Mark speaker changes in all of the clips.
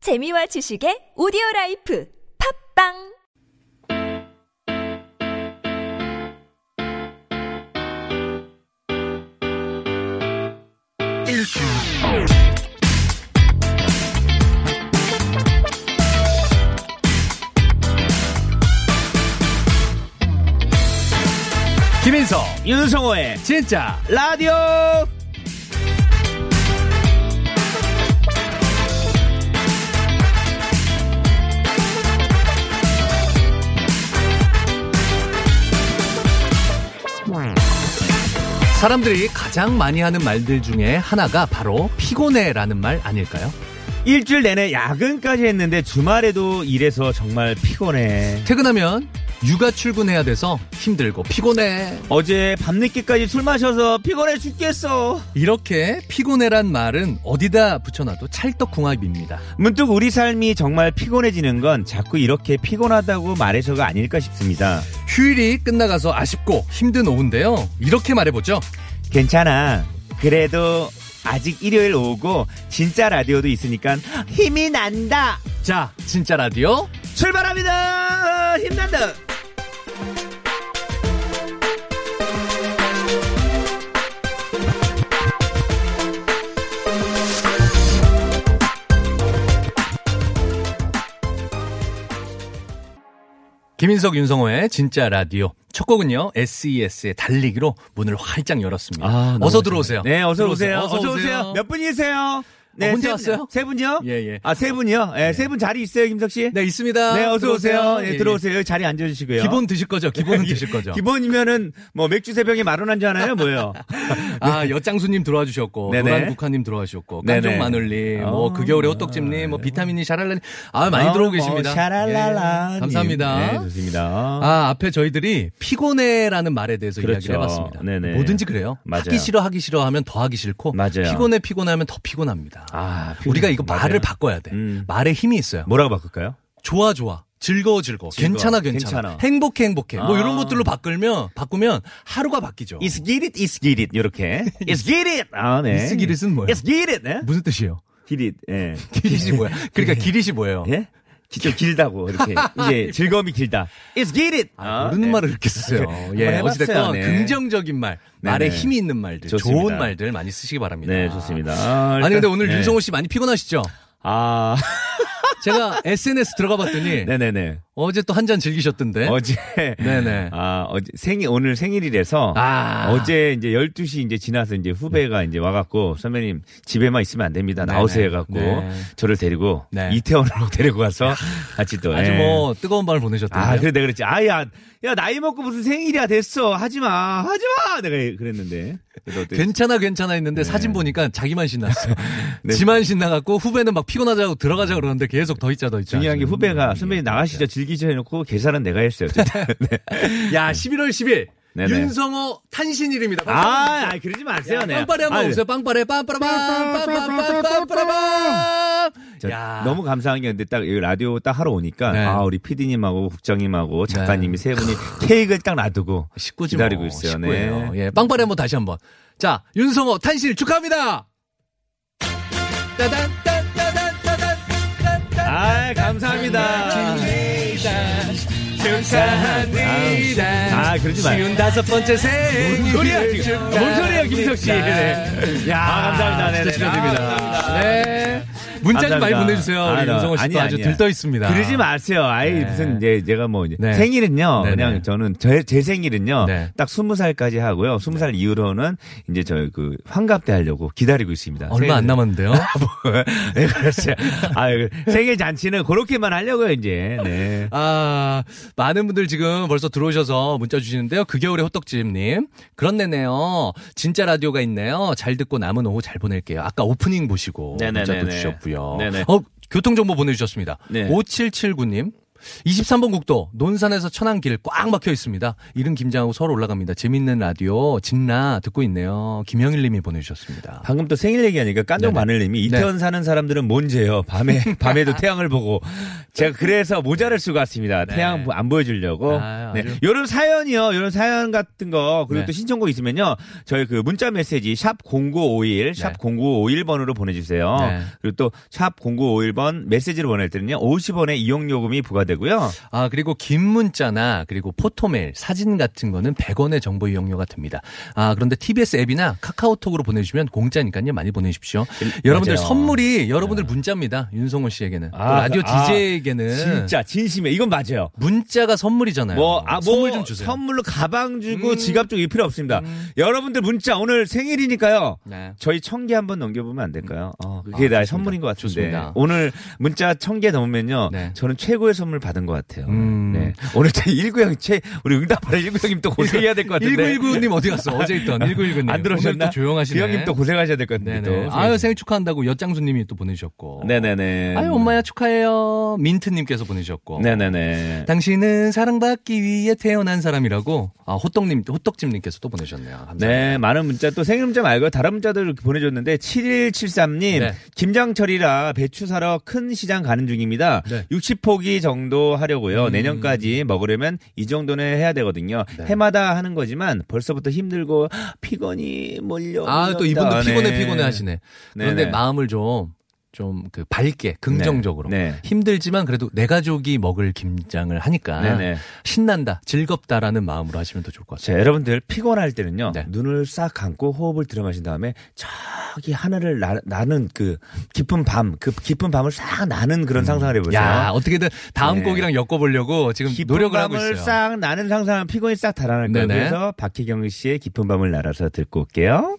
Speaker 1: 재미와 지식의 오디오 라이프 팝빵
Speaker 2: 김인석, 윤성호의 진짜 라디오.
Speaker 3: 사람들이 가장 많이 하는 말들 중에 하나가 바로 피곤해라는 말 아닐까요?
Speaker 2: 일주일 내내 야근까지 했는데 주말에도 일해서 정말 피곤해.
Speaker 3: 퇴근하면 육아 출근해야 돼서 힘들고 피곤해.
Speaker 2: 어제 밤늦게까지 술 마셔서 피곤해 죽겠어.
Speaker 3: 이렇게 피곤해란 말은 어디다 붙여놔도 찰떡궁합입니다.
Speaker 2: 문득 우리 삶이 정말 피곤해지는 건 자꾸 이렇게 피곤하다고 말해서가 아닐까 싶습니다.
Speaker 3: 휴일이 끝나가서 아쉽고 힘든 오후인데요. 이렇게 말해보죠.
Speaker 2: 괜찮아. 그래도 아직 일요일 오고 진짜 라디오도 있으니까 힘이 난다.
Speaker 3: 자, 진짜 라디오.
Speaker 2: 출발합니다. 힘난다.
Speaker 3: 김인석, 윤성호의 진짜 라디오. 첫 곡은요, SES의 달리기로 문을 활짝 열었습니다. 어서 들어오세요.
Speaker 2: 아, 네, 어서 오세요.
Speaker 3: 들어오세요.
Speaker 2: 어서 오세요. 몇 분이세요? 네,
Speaker 3: 아,
Speaker 2: 세
Speaker 3: 혼자
Speaker 2: 분-
Speaker 3: 왔어요?
Speaker 2: 세 분요?
Speaker 3: 예, 예.
Speaker 2: 아, 세 분이요? 예, 세 분 자리 있어요, 김석 씨?
Speaker 3: 네, 있습니다.
Speaker 2: 네, 어서 오세요.
Speaker 3: 예,
Speaker 2: 예,
Speaker 3: 예.
Speaker 2: 들어오세요. 여기 자리 앉아 주시고요. 예,
Speaker 3: 기본 드실 거죠? 기본은 드실 거죠?
Speaker 2: 기본이면은 뭐 맥주 세 병에 마른 한주 하나요? 뭐예요?
Speaker 3: 아, 엿장수님 들어와 주셨고,
Speaker 2: 네. 네네.
Speaker 3: 노란국화님 들어와 주셨고,
Speaker 2: 네네.
Speaker 3: 깐종마늘님, 뭐,
Speaker 2: 아.
Speaker 3: 그겨울의 호떡집님, 뭐, 비타민님, 샤랄라님. 아, 많이
Speaker 2: 어,
Speaker 3: 들어오고
Speaker 2: 뭐
Speaker 3: 계십니다.
Speaker 2: 샤랄랄라.
Speaker 3: 예, 감사합니다.
Speaker 2: 네, 좋습니다.
Speaker 3: 아, 앞에 저희들이 피곤해라는 말에 대해서
Speaker 2: 그렇죠.
Speaker 3: 이야기를 해봤습니다.
Speaker 2: 네네.
Speaker 3: 뭐든지 그래요.
Speaker 2: 맞아요.
Speaker 3: 하기 싫어, 하기 싫어 하면 더 하기 싫고,
Speaker 2: 맞아요.
Speaker 3: 피곤해, 피곤하면 더 피곤합니다.
Speaker 2: 아,
Speaker 3: 우리가 이거
Speaker 2: 맞아요.
Speaker 3: 말을 바꿔야 돼.
Speaker 2: 음.
Speaker 3: 말에 힘이 있어요.
Speaker 2: 뭐라고 바꿀까요?
Speaker 3: 좋아, 좋아. 즐거워, 즐거워.
Speaker 2: 즐거워.
Speaker 3: 괜찮아, 괜찮아.
Speaker 2: 괜찮아.
Speaker 3: 행복해, 행복해. 뭐,
Speaker 2: 아.
Speaker 3: 이런 것들로 바꾸면, 바꾸면 하루가 바뀌죠.
Speaker 2: It's get it, it's get it. 이렇게. It's get it. 아, 네.
Speaker 3: It's get it은 뭐예요?
Speaker 2: It's get it. 네?
Speaker 3: 무슨 뜻이에요?
Speaker 2: get it. 예.
Speaker 3: 기릿이 뭐야? 그러니까 기릿이 뭐예요?
Speaker 2: 예? 기- 좀 길다고 이렇게 이게 즐거움이 길다. It's get it.
Speaker 3: 아,
Speaker 2: 아, 네.
Speaker 3: 모르는 말을 이렇게 쓰세요. 예,
Speaker 2: 해봤어요.
Speaker 3: 어찌됐건
Speaker 2: 네.
Speaker 3: 긍정적인 말, 말에
Speaker 2: 네네.
Speaker 3: 힘이 있는 말들,
Speaker 2: 좋습니다.
Speaker 3: 좋은 말들 많이 쓰시기 바랍니다.
Speaker 2: 네, 좋습니다. 아,
Speaker 3: 아니 근데 오늘
Speaker 2: 네.
Speaker 3: 윤성호 씨 많이 피곤하시죠?
Speaker 2: 아,
Speaker 3: 제가 SNS 들어가봤더니
Speaker 2: 네네네.
Speaker 3: 어제 또 한 잔 즐기셨던데.
Speaker 2: 어제
Speaker 3: 네?
Speaker 2: 네.
Speaker 3: 네네.
Speaker 2: 아, 어제 생일 오늘 생일이라서
Speaker 3: 아.
Speaker 2: 어제 이제 12시 이제 지나서 이제 후배가 이제 와 갖고 선배님 집에만 있으면 안 됩니다. 나오세요 해 갖고
Speaker 3: 네.
Speaker 2: 저를 데리고
Speaker 3: 네.
Speaker 2: 이태원으로 데리고 가서 같이 또
Speaker 3: 아주
Speaker 2: 예.
Speaker 3: 뭐 뜨거운 밤을 보내셨던데.
Speaker 2: 아, 그래 내가 그랬지. 아, 야, 야, 나이 먹고 무슨 생일이야 됐어. 하지 마. 하지 마. 내가 그랬는데. 그래서 어때?
Speaker 3: 괜찮아 괜찮아 했는데 사진 보니까 자기만 신났어.
Speaker 2: 네.
Speaker 3: 지만 신나갖고 후배는 막 피곤하자고 들어가자 그러는데 계속 더 있자 더 있자.
Speaker 2: 중요한 음, 예, 그렇죠. 게
Speaker 3: 하시는.
Speaker 2: 후배가 선배님 나가시죠 즐기죠 해놓고 계산은 내가 했어요. 어쨌든. 네.
Speaker 3: 야 11월 10일
Speaker 2: 네네.
Speaker 3: 윤성호 탄신일입니다.
Speaker 2: 아, 아, 그러지 마세요. 네.
Speaker 3: 빵빠레 한 번
Speaker 2: 아,
Speaker 3: 오세요. 빵빠레 빰빠라밤 빰빠라빰빰빰빰빰.
Speaker 2: 저
Speaker 3: 야
Speaker 2: 너무 감사한 게 근데 딱 여기 라디오 딱 하러 오니까
Speaker 3: 네.
Speaker 2: 아 우리 PD님하고 국장님하고 작가님이 세 분이 케이크를 딱 놔두고
Speaker 3: 식구지
Speaker 2: 기다리고
Speaker 3: 뭐.
Speaker 2: 있어요.
Speaker 3: 식구예요.
Speaker 2: 네.
Speaker 3: 예, 빵빠레 한번 다시 한번. 자, 윤성호 탄신 축하합니다. 따단 따단 따단 따단
Speaker 2: 아 감사합니다.
Speaker 3: 축하합니다.
Speaker 2: 아, 그러지 마요.
Speaker 3: 쉬운 다섯 번째 생일.
Speaker 2: 뭔 소리야 지금? 뭔 소리야 김석 씨? 네. 야 감사합니다. 네,
Speaker 3: 진짜
Speaker 2: 네. 아,
Speaker 3: 축하드립니다. 네. 문자 좀 많이
Speaker 2: 감사합니다.
Speaker 3: 보내주세요. 우리
Speaker 2: 아, 나-
Speaker 3: 윤성호 씨도
Speaker 2: 아니야,
Speaker 3: 아주
Speaker 2: 아니야.
Speaker 3: 들떠 있습니다.
Speaker 2: 그러지 마세요. 아이
Speaker 3: 네.
Speaker 2: 무슨 이제 제가 뭐 이제
Speaker 3: 네.
Speaker 2: 생일은요.
Speaker 3: 네네.
Speaker 2: 그냥 저는 제, 제 생일은요.
Speaker 3: 네.
Speaker 2: 딱 스무 살까지 하고요. 스무 살 이후로는 이제 저 그 환갑 때 하려고 기다리고 있습니다.
Speaker 3: 아, 얼마 안
Speaker 2: 생일은.
Speaker 3: 남았는데요.
Speaker 2: 네, 그렇어요. 아, 그 생일 잔치는 그렇게만 하려고요, 이제. 네.
Speaker 3: 아, 많은 분들 지금 벌써 들어오셔서 문자 주시는데요. 그 겨울의 호떡집님. 그런네네요. 진짜 라디오가 있네요. 잘 듣고 남은 오후 잘 보낼게요. 아까 오프닝 보시고
Speaker 2: 네네네네.
Speaker 3: 문자도 주셨고요.
Speaker 2: 네네.
Speaker 3: 어, 교통정보 보내주셨습니다.
Speaker 2: 네.
Speaker 3: 5779님. 23번 국도 논산에서 천안길 꽉 막혀 있습니다. 이른 김장하고 서울 올라갑니다. 재밌는 라디오 진라 듣고 있네요. 김영일 님이 보내주셨습니다.
Speaker 2: 방금 또 생일 얘기하니까 깐족
Speaker 3: 네네.
Speaker 2: 마늘님이 이태원 사는 사람들은 뭔지요. 밤에 밤에도 태양을 보고 제가 그래서 모자를 쓰고 왔습니다. 태양 안 보여주려고.
Speaker 3: 네. 아유,
Speaker 2: 네.
Speaker 3: 아주-
Speaker 2: 이런 사연이요. 이런 사연 같은 거 그리고
Speaker 3: 네.
Speaker 2: 또 신청곡 있으면요. 저희 그 문자 메시지 샵 #0951 샵
Speaker 3: 네.
Speaker 2: 0951번으로 보내주세요.
Speaker 3: 네.
Speaker 2: 그리고 또 샵 0951번 메시지를 보낼 때는요. 50원의 이용 요금이 부과되고요.
Speaker 3: 아, 그리고 긴 문자나 그리고 포토메일, 사진 같은 거는 100원의 정보 이용료가 듭니다. 아, 그런데 TBS 앱이나 카카오톡으로 보내주시면 공짜니까요. 많이 보내십시오. 여러분들
Speaker 2: 맞아요. 네.
Speaker 3: 선물이 여러분들 문자입니다. 윤성호 씨에게는. 또
Speaker 2: 아,
Speaker 3: 라디오
Speaker 2: 아,
Speaker 3: DJ에게는.
Speaker 2: 진짜 진심에 이건 맞아요.
Speaker 3: 문자가 선물이잖아요.
Speaker 2: 뭐, 아, 뭐,
Speaker 3: 네. 선물 좀 주세요.
Speaker 2: 선물로 가방 주고 지갑 주고 이 필요 없습니다. 여러분들 문자 오늘 생일이니까요.
Speaker 3: 네.
Speaker 2: 저희 천 개 한번 넘겨보면 안 될까요? 어, 그게
Speaker 3: 아, 좋습니다.
Speaker 2: 나의 선물인 것 같은데.
Speaker 3: 좋습니다.
Speaker 2: 오늘 문자 천 개 넘으면요.
Speaker 3: 네.
Speaker 2: 저는 최고의 선물 받은 것 같아요.
Speaker 3: 음.
Speaker 2: 네. 오늘 제 1구형, 최, 우리 응답하라 1구형님 또 고생해야 될 것 같은데.
Speaker 3: 1919님 어디 갔어? 어제 있던 1919님.
Speaker 2: 안 들어오셨나?
Speaker 3: 오늘 또 조용하시네.
Speaker 2: 그 형님 또 고생하셔야 될 것 같은데.
Speaker 3: 네네.
Speaker 2: 또.
Speaker 3: 아유, 생일 축하한다고 엿장수님이 또 보내주셨고.
Speaker 2: 네네네.
Speaker 3: 아유, 엄마야 축하해요. 민트님께서 보내주셨고.
Speaker 2: 네네네.
Speaker 3: 당신은 사랑받기 위해 태어난 사람이라고 아 호떡님 호떡집님께서 또 보내셨네요. 감사합니다.
Speaker 2: 네, 많은 문자 또 생일 문자 말고 다른 문자도 이렇게 보내줬는데 7173님
Speaker 3: 네.
Speaker 2: 김장철이라 배추 사러 큰 시장 가는 중입니다.
Speaker 3: 네. 음.
Speaker 2: 60포기 정도 하려고요. 내년까지 먹으려면 이 정도는 해야 되거든요.
Speaker 3: 네.
Speaker 2: 해마다 하는 거지만 벌써부터 힘들고 피곤이 몰려.
Speaker 3: 아 또 이분도
Speaker 2: 올렸다.
Speaker 3: 피곤해
Speaker 2: 네.
Speaker 3: 피곤해 하시네. 그런데
Speaker 2: 네네.
Speaker 3: 마음을 좀 좀 그 밝게 긍정적으로
Speaker 2: 네, 네.
Speaker 3: 힘들지만 그래도 내 가족이 먹을 김장을 하니까
Speaker 2: 네네.
Speaker 3: 신난다 즐겁다라는 마음으로 하시면 더 좋을 것 같아요.
Speaker 2: 자, 여러분들 피곤할 때는요.
Speaker 3: 네.
Speaker 2: 눈을 싹 감고 호흡을 들어 마신 다음에 저기 하늘을 나, 는그 깊은 밤, 그 깊은 밤을 싹 나는 그런 상상을 해보세요.
Speaker 3: 음. 야 어떻게든 다음
Speaker 2: 네.
Speaker 3: 곡이랑 엮어보려고 지금
Speaker 2: 깊은
Speaker 3: 노력을 하고
Speaker 2: 밤을
Speaker 3: 있어요.
Speaker 2: 싹 나는 상상 피곤이 싹 달아날 거예요.
Speaker 3: 네네.
Speaker 2: 그래서 박희경 씨의 깊은 밤을 날아서 듣고 올게요.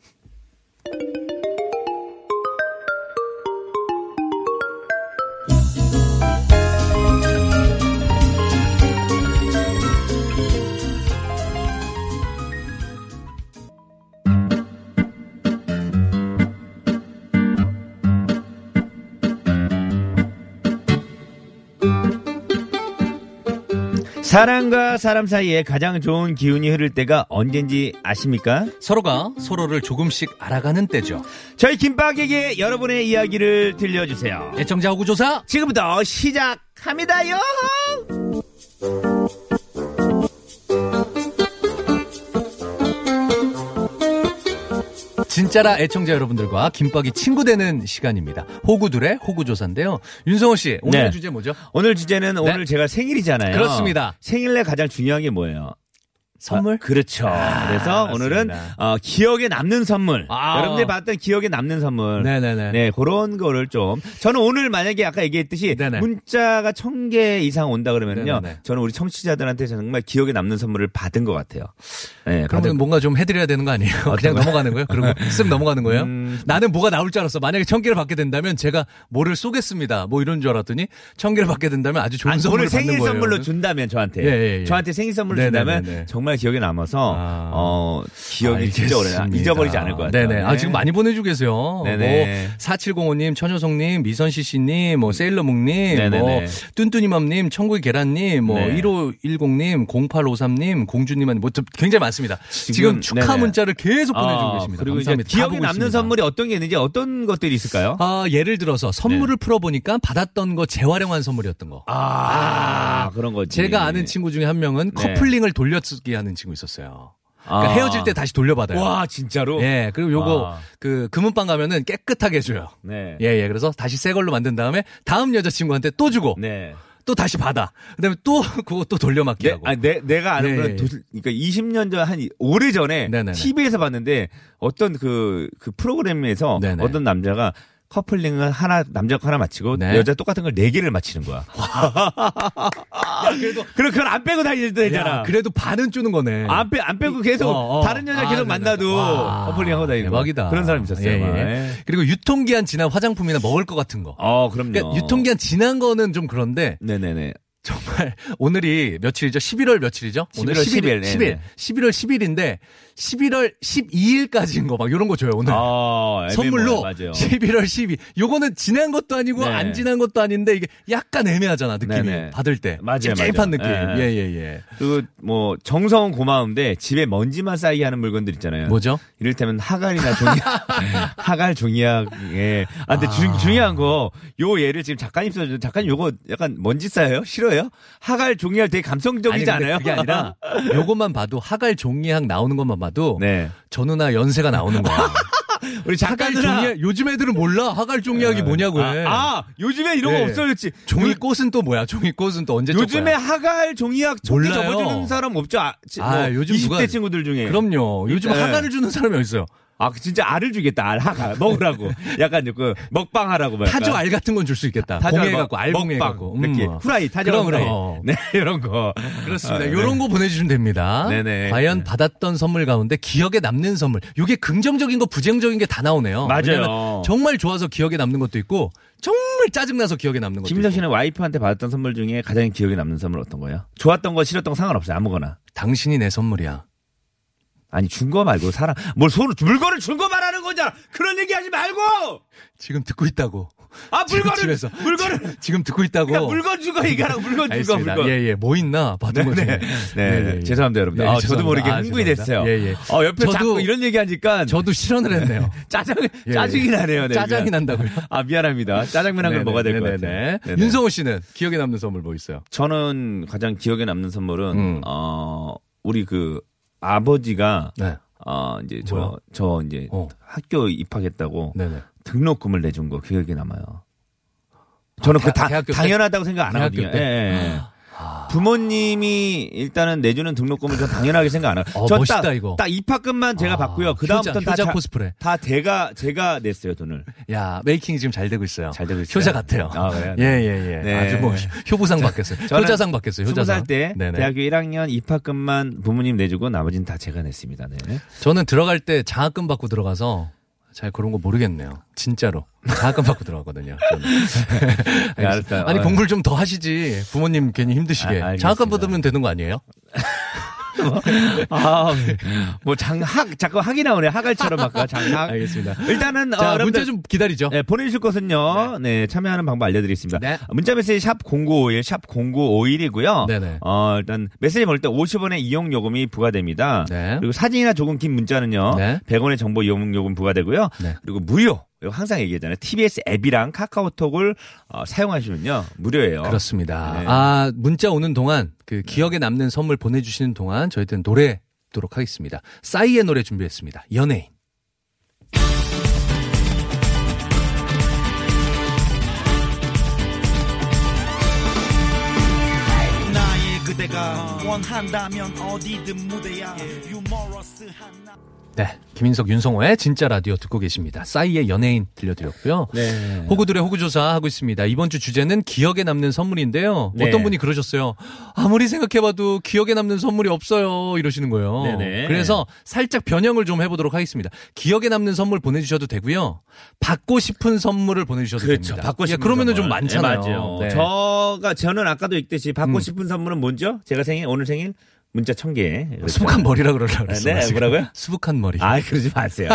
Speaker 2: 사람과 사람 사이에 가장 좋은 기운이 흐를 때가 언젠지 아십니까?
Speaker 3: 서로가 서로를 조금씩 알아가는 때죠.
Speaker 2: 저희 김박에게 여러분의 이야기를 들려주세요.
Speaker 3: 애청자 호구 조사
Speaker 2: 지금부터 시작합니다요.
Speaker 3: 진짜라 애청자 여러분들과 김밥이 친구 되는 시간입니다. 호구들의 호구조사인데요. 윤성호 씨, 오늘의
Speaker 2: 네.
Speaker 3: 주제 뭐죠?
Speaker 2: 오늘 주제는 오늘 제가 생일이잖아요.
Speaker 3: 네. 그렇습니다.
Speaker 2: 생일날 가장 중요한 게 뭐예요?
Speaker 3: 선물?
Speaker 2: 아, 그렇죠. 그래서 오늘은
Speaker 3: 맞습니다.
Speaker 2: 어, 기억에 남는 선물.
Speaker 3: 아.
Speaker 2: 여러분들이 봤던 기억에 남는 선물.
Speaker 3: 네네네.
Speaker 2: 네, 그런 거를 좀 저는 오늘 만약에 아까 얘기했듯이
Speaker 3: 네네.
Speaker 2: 문자가 천 개 이상 온다 그러면요.
Speaker 3: 네네네.
Speaker 2: 저는 우리 청취자들한테 정말 기억에 남는 선물을 받은 것 같아요. 네,
Speaker 3: 그러면
Speaker 2: 받은
Speaker 3: 뭔가 좀 해드려야 되는 거 아니에요? 그냥 넘어가는 거예요? 그러면 쓱 넘어가는 거예요?
Speaker 2: 음.
Speaker 3: 나는 뭐가 나올 줄 알았어. 만약에 천 개를 받게 된다면 제가 뭐를 쏘겠습니다. 뭐 이런 줄 알았더니 천 개를 받게 된다면 아주 좋은
Speaker 2: 아니,
Speaker 3: 선물을
Speaker 2: 오늘
Speaker 3: 받는
Speaker 2: 생일
Speaker 3: 거예요.
Speaker 2: 선물로 준다면 저한테
Speaker 3: 예, 예, 예.
Speaker 2: 저한테 생일 선물로
Speaker 3: 네네네네.
Speaker 2: 준다면 정말 기억에 남아서
Speaker 3: 아.
Speaker 2: 어 기억이 진짜 오래
Speaker 3: 알겠습니다.
Speaker 2: 잊어버리지 않을 것 같아요.
Speaker 3: 네네. 아, 지금 많이 보내주고 계세요.
Speaker 2: 네네.
Speaker 3: 뭐, 4705님, 천효성님, 미선씨씨님, 뭐, 세일러몽님,
Speaker 2: 네네네.
Speaker 3: 뭐, 뚠뚠이맘님, 천국의 계란님, 뭐,
Speaker 2: 네.
Speaker 3: 1510님, 0853님, 공주님한, 뭐, 좀 굉장히 많습니다. 지금,
Speaker 2: 지금,
Speaker 3: 축하
Speaker 2: 네네.
Speaker 3: 문자를 계속 보내주고
Speaker 2: 아,
Speaker 3: 계십니다.
Speaker 2: 그리고
Speaker 3: 감사합니다.
Speaker 2: 이제
Speaker 3: 다
Speaker 2: 기억에
Speaker 3: 보고
Speaker 2: 남는
Speaker 3: 있습니다.
Speaker 2: 선물이 어떤 게 있는지 어떤 것들이 있을까요?
Speaker 3: 아, 예를 들어서
Speaker 2: 네.
Speaker 3: 선물을 풀어보니까 받았던 거 재활용한 선물이었던 거.
Speaker 2: 아, 그런 거지.
Speaker 3: 제가 아는 친구 중에 한 명은
Speaker 2: 네.
Speaker 3: 커플링을 돌려쓰기 하는 친구 있었어요. 그러니까
Speaker 2: 아.
Speaker 3: 헤어질 때 다시 돌려받아요.
Speaker 2: 와, 진짜로?
Speaker 3: 예, 그리고 요거
Speaker 2: 아.
Speaker 3: 그 금은빵 가면은 깨끗하게 해줘요.
Speaker 2: 네.
Speaker 3: 예, 예. 그래서 다시 새 걸로 만든 다음에 다음 여자친구한테 또 주고
Speaker 2: 네.
Speaker 3: 또 다시 받아. 그다음에 또 그거 또 돌려막기
Speaker 2: 내,
Speaker 3: 하고.
Speaker 2: 아, 내, 내가 아는
Speaker 3: 네.
Speaker 2: 그런 도, 그러니까 20년 전, 한, 오래전에
Speaker 3: 네네네.
Speaker 2: TV에서 봤는데 어떤 그, 그 프로그램에서
Speaker 3: 네네.
Speaker 2: 어떤 남자가 커플링을 하나, 남자 거 하나 맞히고
Speaker 3: 네. 아,
Speaker 2: 여자 똑같은 걸 네 개를 맞히는 거야.
Speaker 3: 그래도
Speaker 2: 그럼 그걸 안 빼고 다닐 때잖아.
Speaker 3: 그래도 반은 주는 거네.
Speaker 2: 안, 빼, 안 빼고 계속
Speaker 3: 어, 어.
Speaker 2: 다른 여자
Speaker 3: 아,
Speaker 2: 계속
Speaker 3: 네네네.
Speaker 2: 만나도
Speaker 3: 와,
Speaker 2: 커플링하고 다니고.
Speaker 3: 대박이다.
Speaker 2: 그런 사람 있었어요.
Speaker 3: 예,
Speaker 2: 막.
Speaker 3: 예.
Speaker 2: 예.
Speaker 3: 그리고 그러니까 유통기한 지난 화장품이나 먹을 것 같은 거.
Speaker 2: 어, 그럼요.
Speaker 3: 그러니까 유통기한 지난 거는 좀 그런데
Speaker 2: 네네네.
Speaker 3: 정말 오늘이 며칠이죠? 11월 며칠이죠?
Speaker 2: 11월 10일,
Speaker 3: 10일,
Speaker 2: 네,
Speaker 3: 10일.
Speaker 2: 네.
Speaker 3: 11월 10일인데 11월 12일까지인 거 막 이런 거 줘요, 오늘.
Speaker 2: 아, 애매모호해.
Speaker 3: 선물로
Speaker 2: 맞아요.
Speaker 3: 11월 12. 요거는 지난 것도 아니고
Speaker 2: 네.
Speaker 3: 안 지난 것도 아닌데 이게 약간 애매하잖아 느낌이
Speaker 2: 네네.
Speaker 3: 받을 때
Speaker 2: 맞아요, 맞아요.
Speaker 3: 찝찝한 느낌.
Speaker 2: 예,
Speaker 3: 예예예.
Speaker 2: 그리고 뭐 정성은 고마운데 집에 먼지만 쌓이게 하는 물건들 있잖아요.
Speaker 3: 뭐죠?
Speaker 2: 이를테면 하갈이나 종이 하갈 종이학 예. 아 근데 중, 중요한 거 요 예를 지금 작가님 써주는 작가님 요거 약간 먼지 쌓여요? 싫어요? 하갈 종이학 되게 감성적이지
Speaker 3: 아니, 근데
Speaker 2: 않아요?
Speaker 3: 그게 아니라 요것만 봐도 하갈 종이학 나오는 것만 봐도
Speaker 2: 네. 그러니까
Speaker 3: 저 누나 연세가 나오는 거야.
Speaker 2: 우리
Speaker 3: 하갈
Speaker 2: 작가들
Speaker 3: 종이학 요즘 애들은 몰라 하갈 종이학이 뭐냐고
Speaker 2: 아,
Speaker 3: 해.
Speaker 2: 아, 요즘에 이런 거
Speaker 3: 예.
Speaker 2: 없어졌지.
Speaker 3: 종이 꽃은 또 뭐야? 종이 꽃은 또 언제 적
Speaker 2: 요즘에
Speaker 3: 거야?
Speaker 2: 하갈 종이학 천개
Speaker 3: 몰라요.
Speaker 2: 접어주는 사람 없죠? 아, 지-
Speaker 3: 아,
Speaker 2: 뭐
Speaker 3: 요즘
Speaker 2: 20대
Speaker 3: 누가-
Speaker 2: 친구들 중에.
Speaker 3: 그럼요. 요즘
Speaker 2: 네.
Speaker 3: 하갈을 주는 사람이 어디 있어요?
Speaker 2: 아, 그 진짜 알을 주겠다. 알 하갈 먹으라고. 약간 그 먹방 하라고 말까.
Speaker 3: 타조 알 같은 건 줄 수 있겠다.
Speaker 2: 그러니까. 타조 알 음.
Speaker 3: 공예해갖고 알
Speaker 2: 먹-
Speaker 3: 공예해갖고. 음.
Speaker 2: 먹방. 이렇게 후라이 타조
Speaker 3: 그럼,
Speaker 2: 후라이.
Speaker 3: 그럼.
Speaker 2: 네, 이런 거.
Speaker 3: 그렇습니다.
Speaker 2: 아,
Speaker 3: 요런
Speaker 2: 네.
Speaker 3: 거 보내주시면 됩니다.
Speaker 2: 네네.
Speaker 3: 과연 받았던 선물 가운데 기억에 남는 선물. 요게 긍정적인 거, 부정적인 게 다 나오네요.
Speaker 2: 맞아요.
Speaker 3: 왜냐면 정말 좋아서 기억에 남는 것도 있고, 정말 짜증나서 기억에 남는 것도
Speaker 2: 김민정
Speaker 3: 있고.
Speaker 2: 씨는 와이프한테 받았던 선물 중에 가장 기억에 남는 선물 어떤 거예요? 좋았던 거 싫었던 거 상관없어요. 아무거나.
Speaker 3: 당신이 내 선물이야.
Speaker 2: 아니 준 거 말고 사람 뭘 손을 물건을 준 거 말하는 거잖아. 그런 얘기 하지 말고.
Speaker 3: 지금 듣고 있다고.
Speaker 2: 아
Speaker 3: 지금
Speaker 2: 물건을
Speaker 3: 집에서.
Speaker 2: 물건을
Speaker 3: 지- 지금 듣고 있다고.
Speaker 2: 그러니까 물건 준 거 얘기하라고 물건 준 거
Speaker 3: 알겠습니다.
Speaker 2: 물건.
Speaker 3: 예, 예. 뭐 있나? 받은 거 중에.
Speaker 2: 네,
Speaker 3: 예, 예.
Speaker 2: 죄송합니다, 여러분. 들
Speaker 3: 예,
Speaker 2: 아, 저도
Speaker 3: 죄송합니다.
Speaker 2: 모르게
Speaker 3: 아,
Speaker 2: 흥분이 됐어요.
Speaker 3: 죄송합니다. 예, 예.
Speaker 2: 어, 옆에
Speaker 3: 저도-
Speaker 2: 자꾸 이런 얘기 하니까
Speaker 3: 저도 실언을 했네요.
Speaker 2: 짜증,
Speaker 3: 예,
Speaker 2: 짜증이
Speaker 3: 예.
Speaker 2: 나네요. 네,
Speaker 3: 짜증이
Speaker 2: 미안.
Speaker 3: 난다고요?
Speaker 2: 아, 미안합니다. 짜장면 한걸
Speaker 3: 네네,
Speaker 2: 먹어야 될 것
Speaker 3: 네네네.
Speaker 2: 같아요. 네네.
Speaker 3: 윤성호 씨는 기억에 남는 선물 뭐 있어요?
Speaker 2: 저는 가장 기억에 남는 선물은,
Speaker 3: 음.
Speaker 2: 어, 우리 그 아버지가,
Speaker 3: 네.
Speaker 2: 어, 이제 저,
Speaker 3: 뭐야?
Speaker 2: 저 이제
Speaker 3: 어.
Speaker 2: 학교 입학했다고
Speaker 3: 네네.
Speaker 2: 등록금을 내준 거 기억에 남아요. 저는
Speaker 3: 아, 대-
Speaker 2: 그 다,
Speaker 3: 대학교 때?
Speaker 2: 당연하다고 생각 안
Speaker 3: 대학교
Speaker 2: 하거든요.
Speaker 3: 때? 아.
Speaker 2: 예, 예, 예. 부모님이 일단은 내주는 등록금을 저 당연하게 생각 안 하고
Speaker 3: 어,
Speaker 2: 저
Speaker 3: 멋있다,
Speaker 2: 딱,
Speaker 3: 이거.
Speaker 2: 딱 입학금만 제가
Speaker 3: 아,
Speaker 2: 받고요. 그 다음부터
Speaker 3: 효자,
Speaker 2: 다,
Speaker 3: 효자
Speaker 2: 자-
Speaker 3: 코스프레.
Speaker 2: 다 제가 제가 냈어요 돈을.
Speaker 3: 야, 메이킹이 지금 잘 되고 있어요.
Speaker 2: 잘 되고 있어요.
Speaker 3: 효자 같아요.
Speaker 2: 아, 그래요?
Speaker 3: 예, 예, 예.
Speaker 2: 네.
Speaker 3: 아주 뭐, 효부상 받겠어요. 효자상 받겠어요, 효자상.
Speaker 2: 20살 때
Speaker 3: 네네.
Speaker 2: 대학교 1학년 입학금만 부모님 내주고 나머지는 다 제가 냈습니다. 네.
Speaker 3: 저는 들어갈 때 장학금 받고 들어가서 잘 그런 거 모르겠네요. 진짜로. 장학금 받고 들어가거든요. 저는.
Speaker 2: 네, 알았어요.
Speaker 3: 아니,
Speaker 2: 어.
Speaker 3: 공부를 좀 더 하시지. 부모님 괜히 힘드시게.
Speaker 2: 아, 알겠습니다.
Speaker 3: 장학금 받으면 되는 거 아니에요? 아,
Speaker 2: 아뭐 장학 자꾸 학이 나오네 하갈처럼 아까 장학.
Speaker 3: 알겠습니다.
Speaker 2: 일단은 어,
Speaker 3: 자,
Speaker 2: 여러분들
Speaker 3: 아, 문제 좀 기다리죠.
Speaker 2: 네, 보내주실 것은요. 네. 참여하는 방법 알려드리겠습니다.
Speaker 3: 어? 네.
Speaker 2: 문자 메시지 샵 0951, 샵 0951이고요.
Speaker 3: 네네.
Speaker 2: 어, 일단 메시지 보낼 때 50원의 이용 요금이 부과됩니다.
Speaker 3: 네.
Speaker 2: 그리고 사진이나 조금 긴 문자는요.
Speaker 3: 네.
Speaker 2: 100원의 정보 이용 요금 부과되고요.
Speaker 3: 네.
Speaker 2: 그리고 무료. 이거 항상 얘기하잖아요. TBS 앱이랑 카카오톡을 어, 사용하시면요. 무료예요.
Speaker 3: 그렇습니다.
Speaker 2: 네.
Speaker 3: 아, 문자 오는 동안 그 기억에 남는 선물 보내주시는 동안 저희들은 노래 듣도록 하겠습니다. 싸이의 노래 준비했습니다. 연예인.
Speaker 4: 나의 그대가 원한다면 어디든 무대야 유머러스한 나
Speaker 3: 네. 김인석, 윤성호의 진짜 라디오 듣고 계십니다. 싸이의 연예인 들려드렸고요.
Speaker 2: 네.
Speaker 3: 호구들의 호구조사 하고 있습니다. 이번 주 주제는 기억에 남는 선물인데요.
Speaker 2: 네.
Speaker 3: 어떤 분이 그러셨어요. 아무리 생각해봐도 기억에 남는 선물이 없어요. 이러시는 거예요.
Speaker 2: 네네.
Speaker 3: 그래서 살짝 변형을 좀 해보도록 하겠습니다. 기억에 남는 선물 보내주셔도 되고요. 받고 싶은 선물을 보내주셔도
Speaker 2: 그렇죠.
Speaker 3: 됩니다.
Speaker 2: 받고 싶은
Speaker 3: 예, 그러면은 좀
Speaker 2: 선물.
Speaker 3: 많잖아요.
Speaker 2: 네, 맞아요.
Speaker 3: 네. 음.
Speaker 2: 저가 저는 아까도 얘기했듯이 받고 싶은 선물은 뭔죠? 제가 생일 오늘 생일 문자 1000개.
Speaker 3: 수북한 머리라 그러려고 그랬어요.
Speaker 2: 네,
Speaker 3: 지금.
Speaker 2: 뭐라고요?
Speaker 3: 수북한 머리.
Speaker 2: 아, 그러지 마세요.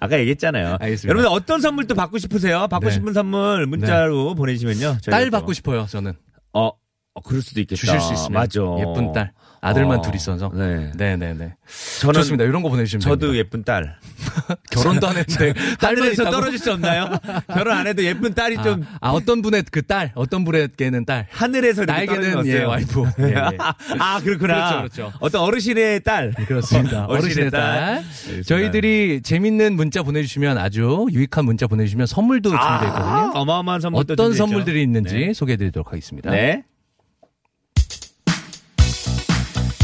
Speaker 2: 아까 얘기했잖아요.
Speaker 3: 알겠습니다.
Speaker 2: 여러분들 어떤 선물 또 받고 싶으세요? 받고
Speaker 3: 네.
Speaker 2: 싶은 선물 문자로 보내주시면요. 저희가
Speaker 3: 딸
Speaker 2: 또-
Speaker 3: 받고 싶어요. 저는
Speaker 2: 어, 어, 그럴 수도 있겠다.
Speaker 3: 주실 수 있으면
Speaker 2: 맞아.
Speaker 3: 예쁜 딸. 아들만
Speaker 2: 어,
Speaker 3: 둘 있어서.
Speaker 2: 네.
Speaker 3: 네, 네, 네.
Speaker 2: 저는
Speaker 3: 좋습니다. 이런 거 보내주시면
Speaker 2: 저도
Speaker 3: 됩니다.
Speaker 2: 예쁜 딸.
Speaker 3: 결혼도 안 했는데 딸만
Speaker 2: 하늘에서
Speaker 3: 있다고.
Speaker 2: 떨어질 수 없나요? 결혼 안 해도 예쁜 딸이
Speaker 3: 아,
Speaker 2: 좀
Speaker 3: 아, 어떤 분의 그 딸, 어떤 분에게는 딸.
Speaker 2: 하늘에서 이렇게 떨어지는
Speaker 3: 나에게는
Speaker 2: 것
Speaker 3: 예,
Speaker 2: 같아요.
Speaker 3: 와이프. 예, 예.
Speaker 2: 아, 그렇구나.
Speaker 3: 그렇죠, 그렇죠.
Speaker 2: 어떤 어르신의 딸.
Speaker 3: 그렇습니다. 어르신의 딸. 저희들이 재밌는 문자 보내주시면 아주 유익한 문자 보내주시면 선물도 준비했거든요.
Speaker 2: 아, 어마어마한 선물 또
Speaker 3: 어떤
Speaker 2: 준비했죠.
Speaker 3: 선물들이 있는지 소개해드리도록 하겠습니다.
Speaker 2: 네.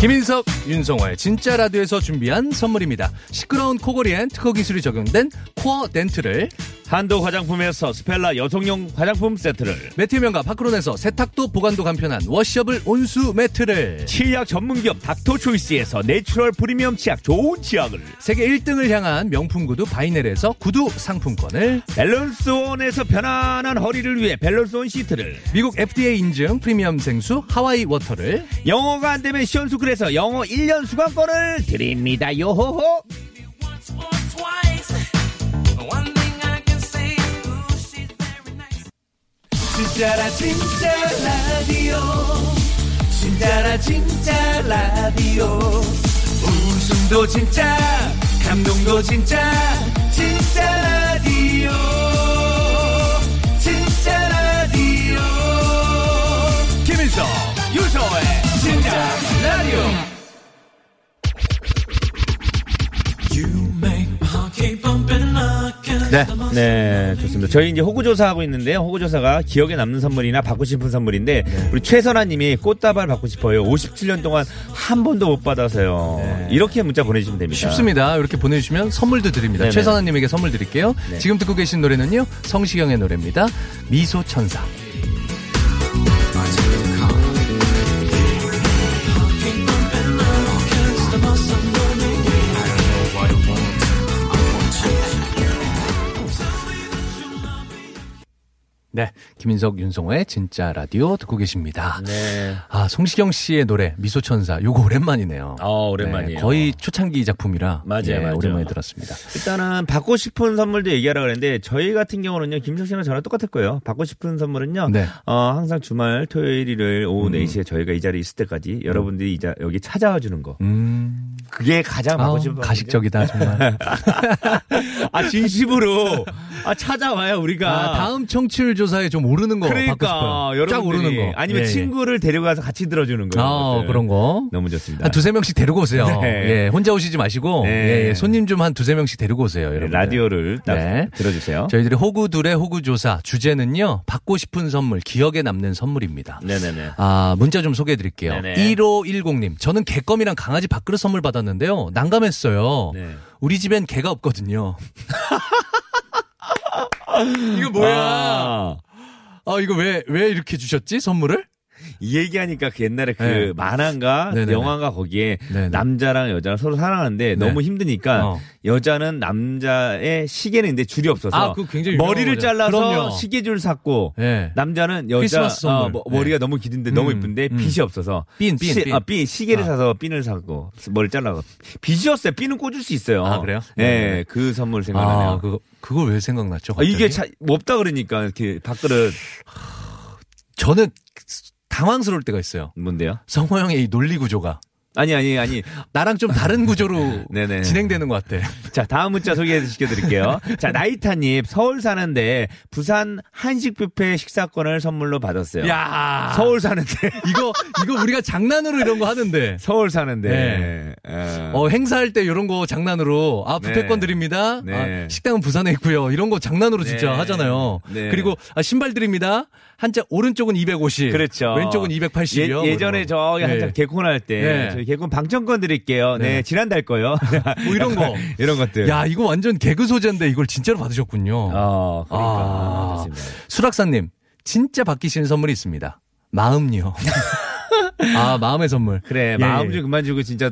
Speaker 3: 김인석, 윤성화의 진짜 라디오에서 준비한 선물입니다. 시끄러운 코골이엔 특허 기술이 적용된 코어 덴트를
Speaker 2: 한도 화장품에서 스펠라 여성용 화장품 세트를
Speaker 3: 매트의 명가 파크론에서 세탁도 보관도 간편한 워셔블 온수 매트를
Speaker 2: 치약 전문기업 닥터초이스에서 내추럴 프리미엄 치약 좋은 치약을
Speaker 3: 세계 1등을 향한 명품 구두 바이넬에서 구두 상품권을
Speaker 2: 밸런스온에서 편안한 허리를 위해 밸런스온 시트를
Speaker 3: 미국 FDA 인증 프리미엄 생수 하와이 워터를
Speaker 2: 영어가 안 되면 시원수클에서 영어 1년 수강권을 드립니다 요호호
Speaker 5: once or twice. One thing I can say, ooh, she's very nice.
Speaker 4: 진짜라 진짜 라디오 진짜라 진짜 라디오 웃음도 진짜 감동도 진짜 진짜 라디오 진짜 라디오 김일성 유서의 진짜 라디오
Speaker 5: You make my heart keep bumping against
Speaker 2: 네, 네, 좋습니다. 저희 이제 호구조사 하고 있는데요. 호구조사가 기억에 남는 선물이나 받고 싶은 선물인데,
Speaker 4: 네.
Speaker 2: 우리 최선아님이 꽃다발 받고 싶어요. 57년 동안 한 번도 못 받아서요.
Speaker 4: 네.
Speaker 2: 이렇게 문자 보내주시면 됩니다.
Speaker 3: 쉽습니다. 이렇게 보내주시면 선물도 드립니다.
Speaker 2: 네네.
Speaker 3: 최선아님에게 선물 드릴게요.
Speaker 2: 네.
Speaker 3: 지금 듣고 계신 노래는요, 성시경의 노래입니다. 미소천사. 네, 김인석, 윤성호의 진짜 라디오 듣고 계십니다.
Speaker 2: 네.
Speaker 3: 아, 송시경 씨의 노래 미소천사 요거 오랜만이네요.
Speaker 2: 아, 오랜만이에요.
Speaker 3: 거의 초창기 작품이라 예,
Speaker 2: 맞아요, 맞아요.
Speaker 3: 오랜만에 들었습니다.
Speaker 2: 일단은 받고 싶은 선물도 얘기하라 그랬는데, 저희 같은 경우는요, 김석 씨랑 저랑 똑같을 거예요. 받고 싶은 선물은요,
Speaker 3: 네. 음.
Speaker 2: 어, 항상 주말, 토요일, 일요일 오후 4시에 저희가 이 자리에 있을 때까지 여러분들이 이 자, 여기 찾아와 주는 거.
Speaker 3: 음.
Speaker 2: 그게 가장
Speaker 3: 아,
Speaker 2: 받고 싶은 선물이죠.
Speaker 3: 가식적이다 정말.
Speaker 2: 아 진심으로 아 찾아와요 우리가
Speaker 3: 아, 다음 청취율 조사에 좀 오르는 거 받고
Speaker 2: 그러니까
Speaker 3: 싶어요. 쫙
Speaker 2: 여러분들이
Speaker 3: 오르는 거.
Speaker 2: 아니면
Speaker 3: 예, 예.
Speaker 2: 친구를 데려가서 같이 들어주는 거
Speaker 3: 아, 그런 거.
Speaker 2: 너무 좋습니다
Speaker 3: 한 두세 명씩 데리고 오세요.
Speaker 2: 네.
Speaker 3: 예, 혼자 오시지 마시고
Speaker 2: 네.
Speaker 3: 예, 예, 손님 좀 한 두세 명씩 데리고 오세요,
Speaker 2: 네,
Speaker 3: 여러분.
Speaker 2: 라디오를 딱
Speaker 3: 네.
Speaker 2: 들어주세요
Speaker 3: 저희들이 호구 둘의 호구 조사 주제는요. 받고 싶은 선물, 기억에 남는 선물입니다.
Speaker 2: 네네네
Speaker 3: 아, 문자 좀 소개해 드릴게요.
Speaker 2: 네네.
Speaker 3: 1510님. 저는 개껌이랑 강아지 밥그릇 선물 받았는데요. 난감했어요.
Speaker 2: 네.
Speaker 3: 우리 집엔 개가 없거든요. 이거
Speaker 2: 아,
Speaker 3: 아, 이거 왜, 왜 이렇게 주셨지? 선물을?
Speaker 2: 이 얘기하니까 그 옛날에 그
Speaker 3: 네.
Speaker 2: 만화인가
Speaker 3: 네네네.
Speaker 2: 영화가 거기에
Speaker 3: 네네. 네.
Speaker 2: 남자랑 여자랑 서로 사랑하는데 너무 힘드니까
Speaker 3: 어.
Speaker 2: 여자는 남자의 시계는 근데 줄이 없어서
Speaker 3: 아, 그거 굉장히 유명한
Speaker 2: 머리를
Speaker 3: 거죠.
Speaker 2: 잘라서
Speaker 3: 그럼요.
Speaker 2: 시계줄 샀고
Speaker 3: 예.
Speaker 2: 남자는 여자
Speaker 3: 크리스마스 선물. 네. 음,
Speaker 2: 어, 머- 머리가 너무 길은데 너무 이쁜데 빗이 없어서
Speaker 3: 핀, 핀,
Speaker 2: 시,
Speaker 3: 핀.
Speaker 2: 아, 핀, 시계를
Speaker 3: 아.
Speaker 2: 사서 핀을 사고 머리 잘라서 빗이 없어요. 핀은 꽂을 수 있어요.
Speaker 3: 아, 그래요?
Speaker 2: 예,
Speaker 3: 네.
Speaker 2: 그 선물 생각나네요.
Speaker 3: 아, 그거, 그거 왜 생각났죠?
Speaker 2: 아, 이게
Speaker 3: 갑자기?
Speaker 2: 차, 없다 그러니까 이렇게 밖으로
Speaker 3: 저는 당황스러울 때가 있어요.
Speaker 2: 뭔데요?
Speaker 3: 성호 형의 이 논리 구조가
Speaker 2: 아니 아니 아니.
Speaker 3: 나랑 좀 다른 구조로
Speaker 2: 네네.
Speaker 3: 진행되는 것 같아.
Speaker 2: 자 다음 문자 소개시켜드릴게요. 자 나이타님 서울 사는데 부산 한식 뷔페 식사권을 선물로 받았어요.
Speaker 3: 야
Speaker 2: 서울 사는데
Speaker 3: 이거 이거 우리가 장난으로 이런 거 하는데
Speaker 2: 서울 사는데
Speaker 3: 네.
Speaker 2: 어,
Speaker 3: 어, 행사할 때 이런 거 장난으로 아 부패권
Speaker 2: 네.
Speaker 3: 드립니다.
Speaker 2: 네.
Speaker 3: 아, 식당은 부산에 있고요. 이런 거 장난으로
Speaker 2: 네.
Speaker 3: 진짜 하잖아요.
Speaker 2: 네.
Speaker 3: 그리고 아, 신발 드립니다. 한자 오른쪽은 250.
Speaker 2: 그렇죠.
Speaker 3: 왼쪽은 280이요.
Speaker 2: 예, 전에 저희 한참 개콘 할 때
Speaker 3: 네.
Speaker 2: 저희 개콘 방청권 드릴게요. 네,
Speaker 3: 네.
Speaker 2: 지난달 거요.
Speaker 3: 뭐 이런 거.
Speaker 2: 이런 것들.
Speaker 3: 야 이거 완전 개그 소재인데 이걸 진짜로 받으셨군요.
Speaker 2: 어, 그러니까
Speaker 3: 아.
Speaker 2: 좋습니다.
Speaker 3: 수락사님 진짜 바뀌시는 선물이 있습니다. 마음요. 아 마음의 선물.
Speaker 2: 그래
Speaker 3: 예,
Speaker 2: 마음
Speaker 3: 예.
Speaker 2: 좀 그만 주고 진짜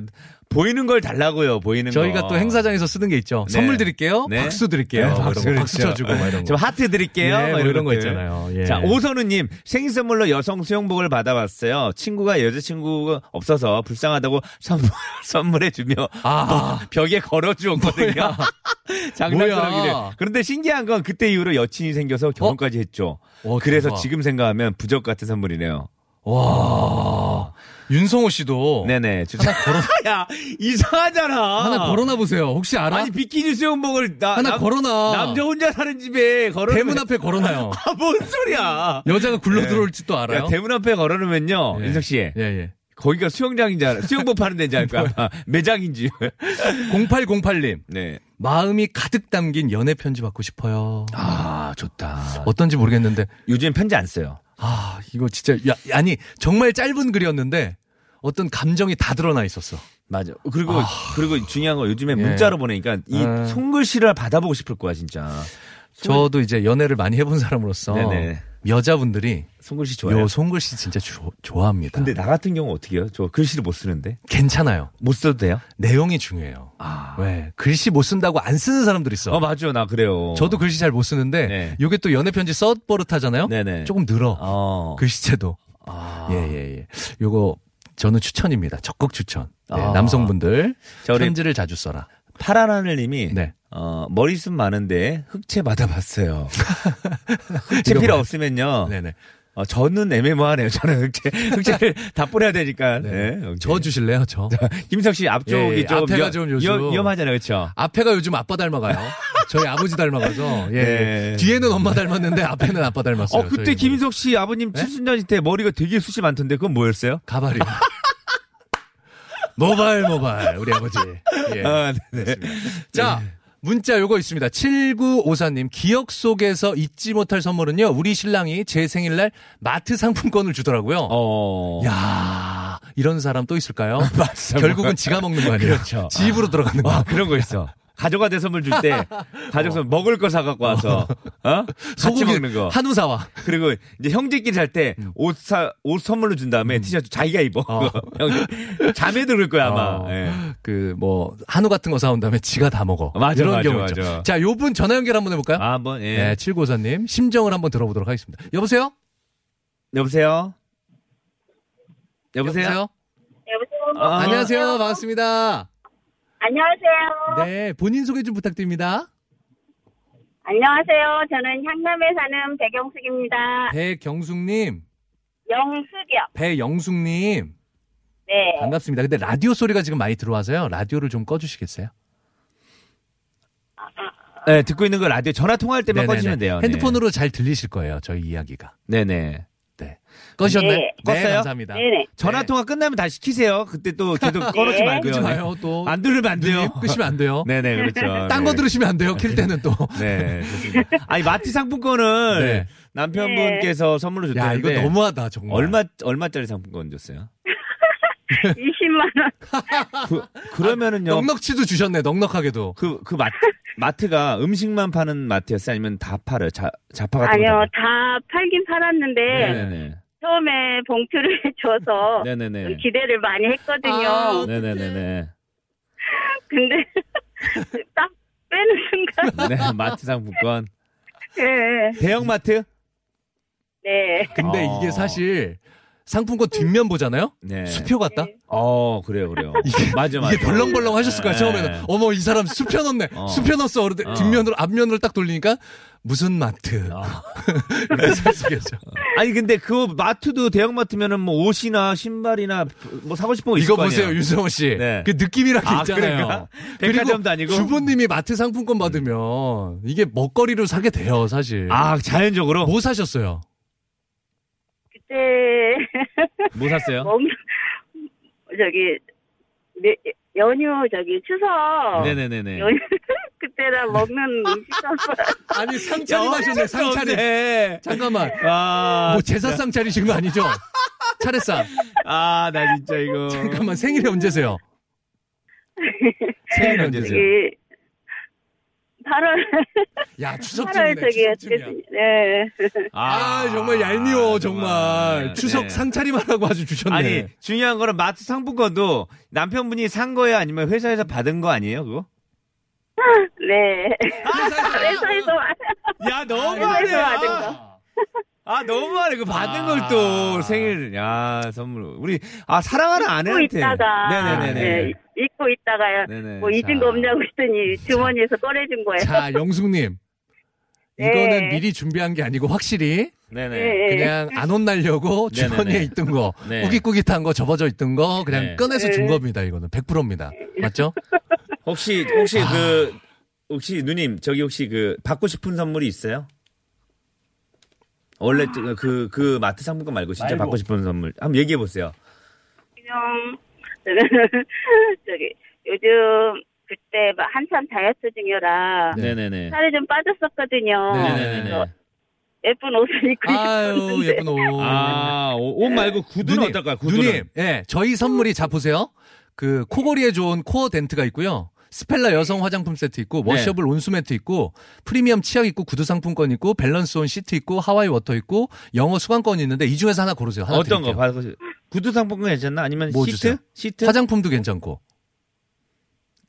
Speaker 2: 보이는 걸 달라고요. 보이는
Speaker 3: 저희가
Speaker 2: 거.
Speaker 3: 또 행사장에서 쓰는 게 있죠. 선물 드릴게요.
Speaker 2: 어. 네.
Speaker 3: 박수
Speaker 2: 네,
Speaker 3: 드릴게요. 박수,
Speaker 2: 박수
Speaker 3: 박수, 박수
Speaker 2: 그렇죠.
Speaker 3: 쳐주고 막 이런
Speaker 2: 좀
Speaker 3: 거.
Speaker 2: 하트 드릴게요.
Speaker 3: 예,
Speaker 2: 막
Speaker 3: 뭐 이런 거
Speaker 2: 것들.
Speaker 3: 있잖아요. 예.
Speaker 2: 자, 오선우님, 생일선물로 여성 수영복을 받아봤어요. 친구가 여자친구가 없어서 불쌍하다고 선물, 선물해주며
Speaker 3: 아.
Speaker 2: 벽에 걸어주었거든요. 장난꾸러기를.
Speaker 3: 뭐야.
Speaker 2: 그런데 신기한 건 그때 이후로 여친이 생겨서 결혼까지 했죠.
Speaker 3: 어,
Speaker 2: 그래서
Speaker 3: 대박. 어.
Speaker 2: 지금 생각하면 부적 같은 선물이네요.
Speaker 3: 와 윤성호 씨도
Speaker 2: 네네. 하나 걸어. 야, 이상하잖아.
Speaker 3: 하나 걸어놔 보세요. 혹시 알아?
Speaker 2: 아니, 비키니 수영복을 나,
Speaker 3: 하나
Speaker 2: 남-
Speaker 3: 걸어놔.
Speaker 2: 남자 혼자 사는 집에 걸어.
Speaker 3: 대문 앞에 걸어놔요.
Speaker 2: 아, 뭔 소리야.
Speaker 3: 여자가 굴러 들어올지 또 알아요.
Speaker 2: 네. 야, 대문 앞에 걸어놓으면요,
Speaker 3: 예.
Speaker 2: 인석 씨.
Speaker 3: 예, 예.
Speaker 2: 거기가 수영장인 줄 알아. 수영복 파는 데인 줄 알고 아마 매장인 줄.
Speaker 3: 0808님
Speaker 2: 네.
Speaker 3: 마음이 가득 담긴 연애 편지 받고 싶어요.
Speaker 2: 아, 좋다.
Speaker 3: 어떤지 모르겠는데
Speaker 2: 요즘 편지 안 써요.
Speaker 3: 아 이거 진짜 야, 아니 정말 짧은 글이었는데 어떤 감정이 다 드러나 있었어.
Speaker 2: 맞아. 그리고, 그리고 중요한 건 요즘에
Speaker 3: 예.
Speaker 2: 문자로 보내니까 이
Speaker 3: 아.
Speaker 2: 손글씨를 받아보고 싶을 거야, 진짜.
Speaker 3: 저도 이제 연애를 많이 해본 사람으로서
Speaker 2: 네네.
Speaker 3: 여자분들이
Speaker 2: 송글 씨 좋아요.
Speaker 3: 요 손글씨 진짜 조- 좋아합니다.
Speaker 2: 근데 나 같은 경우 어떻게 해요? 저 글씨를 못 쓰는데
Speaker 3: 괜찮아요.
Speaker 2: 못 써도 돼요?
Speaker 3: 내용이 중요해요. 왜 글씨 못 쓴다고 안 쓰는 사람들 있어.
Speaker 2: 어 맞죠, 나 그래요.
Speaker 3: 저도 글씨 잘 못 쓰는데
Speaker 2: 네.
Speaker 3: 요게 또 연애 편지 써 버릇하잖아요.
Speaker 2: 네네.
Speaker 3: 조금 늘어
Speaker 2: 어. 아.
Speaker 3: 글씨체도. 그- 예예예. 요거 저는 추천입니다. 적극 추천. 네,
Speaker 2: 아.
Speaker 3: 남성분들
Speaker 2: 자, 우리-
Speaker 3: 편지를 자주 써라.
Speaker 2: 파란하늘님이
Speaker 3: 네.
Speaker 2: 어, 머리숱 많은데 흑채 받아봤어요. 흑채
Speaker 3: 이거
Speaker 2: 필요
Speaker 3: 뭐야?
Speaker 2: 없으면요.
Speaker 3: 네네.
Speaker 2: 어, 저는 애매모하네요. 저는 흑채 흑채를 다 뿌려야 되니까. 네. 오케이.
Speaker 3: 저 주실래요? 저.
Speaker 2: 김석 씨
Speaker 3: 예,
Speaker 2: 앞쪽이
Speaker 3: 예,
Speaker 2: 좀,
Speaker 3: 앞에가
Speaker 2: 위험,
Speaker 3: 좀 요즘-
Speaker 2: 위험, 위험하잖아요, 그렇죠?
Speaker 3: 앞에가 요즘 아빠 닮아가요. 저희 아버지 닮아가서 예.
Speaker 2: 네.
Speaker 3: 뒤에는 엄마 닮았는데 앞에는 아빠 닮았어요.
Speaker 2: 어 그때
Speaker 3: 저희 뭐 네?
Speaker 2: 김인석 씨 아버님 칠순년 때 머리가 되게 숱이 많던데 그건 뭐였어요?
Speaker 3: 가발이. 모발 모발 우리 아버지. 예.
Speaker 2: 아, 네네.
Speaker 3: 자,
Speaker 2: 예,
Speaker 3: 문자 요거 있습니다. 7954님, 기억 속에서 잊지 못할 선물은요, 우리 신랑이 제 생일날 마트 상품권을 주더라고요.
Speaker 2: 어.
Speaker 3: 야 이런 사람 또 있을까요? 결국은 지가 먹는 거 아니에요?
Speaker 2: 그렇죠.
Speaker 3: 집으로 들어가는 거.
Speaker 2: 아, 그런 거 있어. 가족한테 선물 줄 때 가족 선물 먹을 거 사갖고 와서 어? 소고기
Speaker 3: 소고기
Speaker 2: 먹는 거.
Speaker 3: 한우 사와.
Speaker 2: 그리고 이제 형제끼리 살 때
Speaker 3: 음.
Speaker 2: 옷 사, 옷 선물로 준 다음에 티셔츠 자기가 입어. 형 자매들 그럴 거야, 아마.
Speaker 3: 어,
Speaker 2: 예.
Speaker 3: 그, 뭐, 한우 같은 거 사온 다음에 지가 다 먹어.
Speaker 2: 맞아,
Speaker 3: 이런
Speaker 2: 맞아,
Speaker 3: 경우 있죠.
Speaker 2: 맞아.
Speaker 3: 자, 요 분 전화 연결 한번 해볼까요?
Speaker 2: 아, 한번, 예.
Speaker 3: 네, 7954님, 심정을 한번 들어보도록 하겠습니다. 여보세요?
Speaker 2: 여보세요? 여보세요?
Speaker 6: 네, 여보세요.
Speaker 2: 아,
Speaker 3: 안녕하세요. 반갑습니다.
Speaker 6: 안녕하세요.
Speaker 3: 네, 본인 소개 좀 부탁드립니다.
Speaker 6: 안녕하세요. 저는 향남에 사는 배경숙입니다.
Speaker 3: 네, 배경숙님,
Speaker 6: 영숙이요.
Speaker 3: 배영숙님
Speaker 6: 네.
Speaker 3: 반갑습니다. 근데 라디오 소리가 지금 많이 들어와서요. 라디오를 좀 꺼주시겠어요?
Speaker 2: 네, 듣고 있는 거 라디오 전화 통화할 때만
Speaker 3: 네네네.
Speaker 2: 꺼주면 돼요. 네.
Speaker 3: 핸드폰으로 잘 들리실 거예요. 저희 이야기가.
Speaker 2: 네네.
Speaker 3: 네. 꺼셨나요?
Speaker 6: 네.
Speaker 2: 껐어요?
Speaker 3: 감사합니다.
Speaker 6: 네네.
Speaker 2: 전화
Speaker 3: 네.
Speaker 2: 통화 끝나면 다시 키세요. 그때 또 계속 꺼놓지 말고요. 네.
Speaker 3: 끄지 마요. 또
Speaker 2: 안 들으면 안 돼요.
Speaker 3: 눈이 네, 끄시면 안 돼요.
Speaker 2: 네네, 그렇죠.
Speaker 3: 딴 거
Speaker 2: 네.
Speaker 3: 들으시면 안 돼요. 킬 때는 또.
Speaker 2: 네. 좋습니다. 아니, 마트 상품권을
Speaker 3: 네.
Speaker 2: 남편분께서 선물로
Speaker 3: 야,
Speaker 2: 줬다는데
Speaker 3: 이거 너무하다 정말.
Speaker 2: 네. 얼마 얼마짜리 상품권 줬어요?
Speaker 6: 20만 원.
Speaker 2: 그,
Speaker 6: 아,
Speaker 2: 그러면은요.
Speaker 3: 넉넉치도 주셨네. 넉넉하게도.
Speaker 2: 그, 그 마트, 마트가 음식만 파는 마트였어요? 아니면 다 팔아요? 자, 자파 같은 거?
Speaker 6: 아니요.
Speaker 2: 다
Speaker 6: 다 팔긴 팔았는데
Speaker 2: 팔아요? 네네네.
Speaker 6: 처음에 봉투를 줘서
Speaker 2: 네네네.
Speaker 6: 좀 기대를 어, 많이 했거든요.
Speaker 3: 아.
Speaker 2: 네네네네.
Speaker 6: 근데 딱 빼는 순간
Speaker 2: 네, 마트 상품권.
Speaker 6: 네.
Speaker 2: 대형마트?
Speaker 6: 네.
Speaker 3: 근데
Speaker 2: 어.
Speaker 3: 이게 사실 상품권 뒷면 보잖아요.
Speaker 2: 네.
Speaker 3: 수표 같다.
Speaker 2: 어, 그래요, 그래요. 맞아, 맞아.
Speaker 3: 이게 벌렁벌렁 하셨을 거야
Speaker 2: 네.
Speaker 3: 처음에는 어머 이 사람 수표 넣네
Speaker 2: 어.
Speaker 3: 수표 넣었어 그런데
Speaker 2: 어.
Speaker 3: 뒷면으로 앞면으로 딱 돌리니까 무슨 마트
Speaker 2: 아.
Speaker 3: 이렇게 쓰시겠죠
Speaker 2: 아니, 근데 그 마트도 대형마트면은 뭐 옷이나 신발이나 뭐 사고 싶은 거 있을
Speaker 3: 이거
Speaker 2: 거 아니에요?
Speaker 3: 보세요 윤성호 씨그
Speaker 2: 네.
Speaker 3: 느낌이란 게
Speaker 2: 아,
Speaker 3: 있잖아요
Speaker 2: 그래요? 백화점도 아니고?
Speaker 3: 주부님이 마트 상품권 받으면 이게 먹거리로 사게 돼요 사실
Speaker 2: 아, 자연적으로?
Speaker 3: 뭐 사셨어요
Speaker 6: 그때
Speaker 2: 뭐 샀어요?
Speaker 6: 뭔가 저기 네, 연휴 저기
Speaker 3: 어.
Speaker 6: 추석
Speaker 2: 네네네네.
Speaker 6: 연휴 그때나 먹는 음식 선물
Speaker 3: 아니 상차림 하셨네 상차림
Speaker 2: 네.
Speaker 3: 잠깐만
Speaker 2: 아,
Speaker 3: 뭐 제사 상차리신 거 아니죠 차례상
Speaker 2: 아, 나 진짜 이거.
Speaker 3: 잠깐만 생일이 언제세요
Speaker 2: 생일 언제세요?
Speaker 6: 저기 8월
Speaker 3: 야 추석쯤이네
Speaker 6: 8월 저기
Speaker 3: 추석쯤이야.
Speaker 6: 어떻게- 네.
Speaker 3: 아, 정말 얄미워 정말, 추석
Speaker 2: 네.
Speaker 3: 상차림하라고 아주 주셨네.
Speaker 2: 아니 중요한 거는 마트 상품권도 남편분이 산 거예요 아니면 회사에서 받은 거 아니에요 그거?
Speaker 6: 네. 회사에서
Speaker 3: 아, 회사에서
Speaker 6: 와-
Speaker 2: 야
Speaker 6: 회사에서 받은
Speaker 2: 너무하네.
Speaker 6: 거.
Speaker 2: 아 너무하네 그 받은
Speaker 3: 아.
Speaker 2: 걸 또 생일 야 선물로 우리 아 사랑하는
Speaker 6: 입고
Speaker 2: 아내한테.
Speaker 6: 있다가
Speaker 2: 네네네네.
Speaker 6: 네, 입고 있다가요.
Speaker 2: 네네.
Speaker 6: 뭐 잊은
Speaker 2: 자.
Speaker 6: 거 없냐고 했더니 주머니에서 꺼내준 거예요.
Speaker 3: 자 영숙님
Speaker 6: 네.
Speaker 3: 이거는 미리 준비한 게 아니고 확실히
Speaker 2: 네네.
Speaker 6: 네.
Speaker 3: 그냥 안 혼날려고
Speaker 2: 네,
Speaker 3: 주머니에
Speaker 2: 네, 네.
Speaker 3: 있던 거
Speaker 2: 네.
Speaker 3: 꾸깃꾸깃한 거 접어져 있던 거 그냥
Speaker 2: 네.
Speaker 3: 꺼내서 준
Speaker 6: 네.
Speaker 3: 겁니다 이거는 100%입니다 맞죠?
Speaker 2: 혹시 혹시 그 혹시 누님 저기 혹시 그 받고 싶은 선물이 있어요? 원래 그 그 마트 상품권 말고 진짜 받고 싶은 선물 한번 얘기해 보세요.
Speaker 6: 지금 저는 음. 저기 요즘 그때 막 한참 다이어트 중이라
Speaker 2: 네네네.
Speaker 6: 살이 좀 빠졌었거든요.
Speaker 2: 네네네.
Speaker 6: 그래서 예쁜 옷을 입고
Speaker 3: 아유
Speaker 6: 싶었는데
Speaker 3: 예쁜 옷
Speaker 2: 아, 옷 옷 말고 구두는
Speaker 3: 누님,
Speaker 2: 어떨까요? 구두는.
Speaker 3: 누님 예 저희 선물이 자 보세요 그 코골이에 좋은 코어 덴트가 있고요 스펠라 여성 화장품 세트 있고
Speaker 2: 네.
Speaker 3: 워셔블 온수 매트 있고 프리미엄 치약 있고 구두 상품권 있고 밸런스 온 시트 있고 하와이 워터 있고 영어 수강권이 있는데 이 중에서 하나 고르세요. 하나
Speaker 2: 어떤 거
Speaker 3: 드릴게요.
Speaker 2: 받고 싶- 구두 상품권 괜찮나? 아니면
Speaker 3: 뭐
Speaker 2: 시트?
Speaker 3: 주세요?
Speaker 2: 시트?
Speaker 3: 화장품도 괜찮고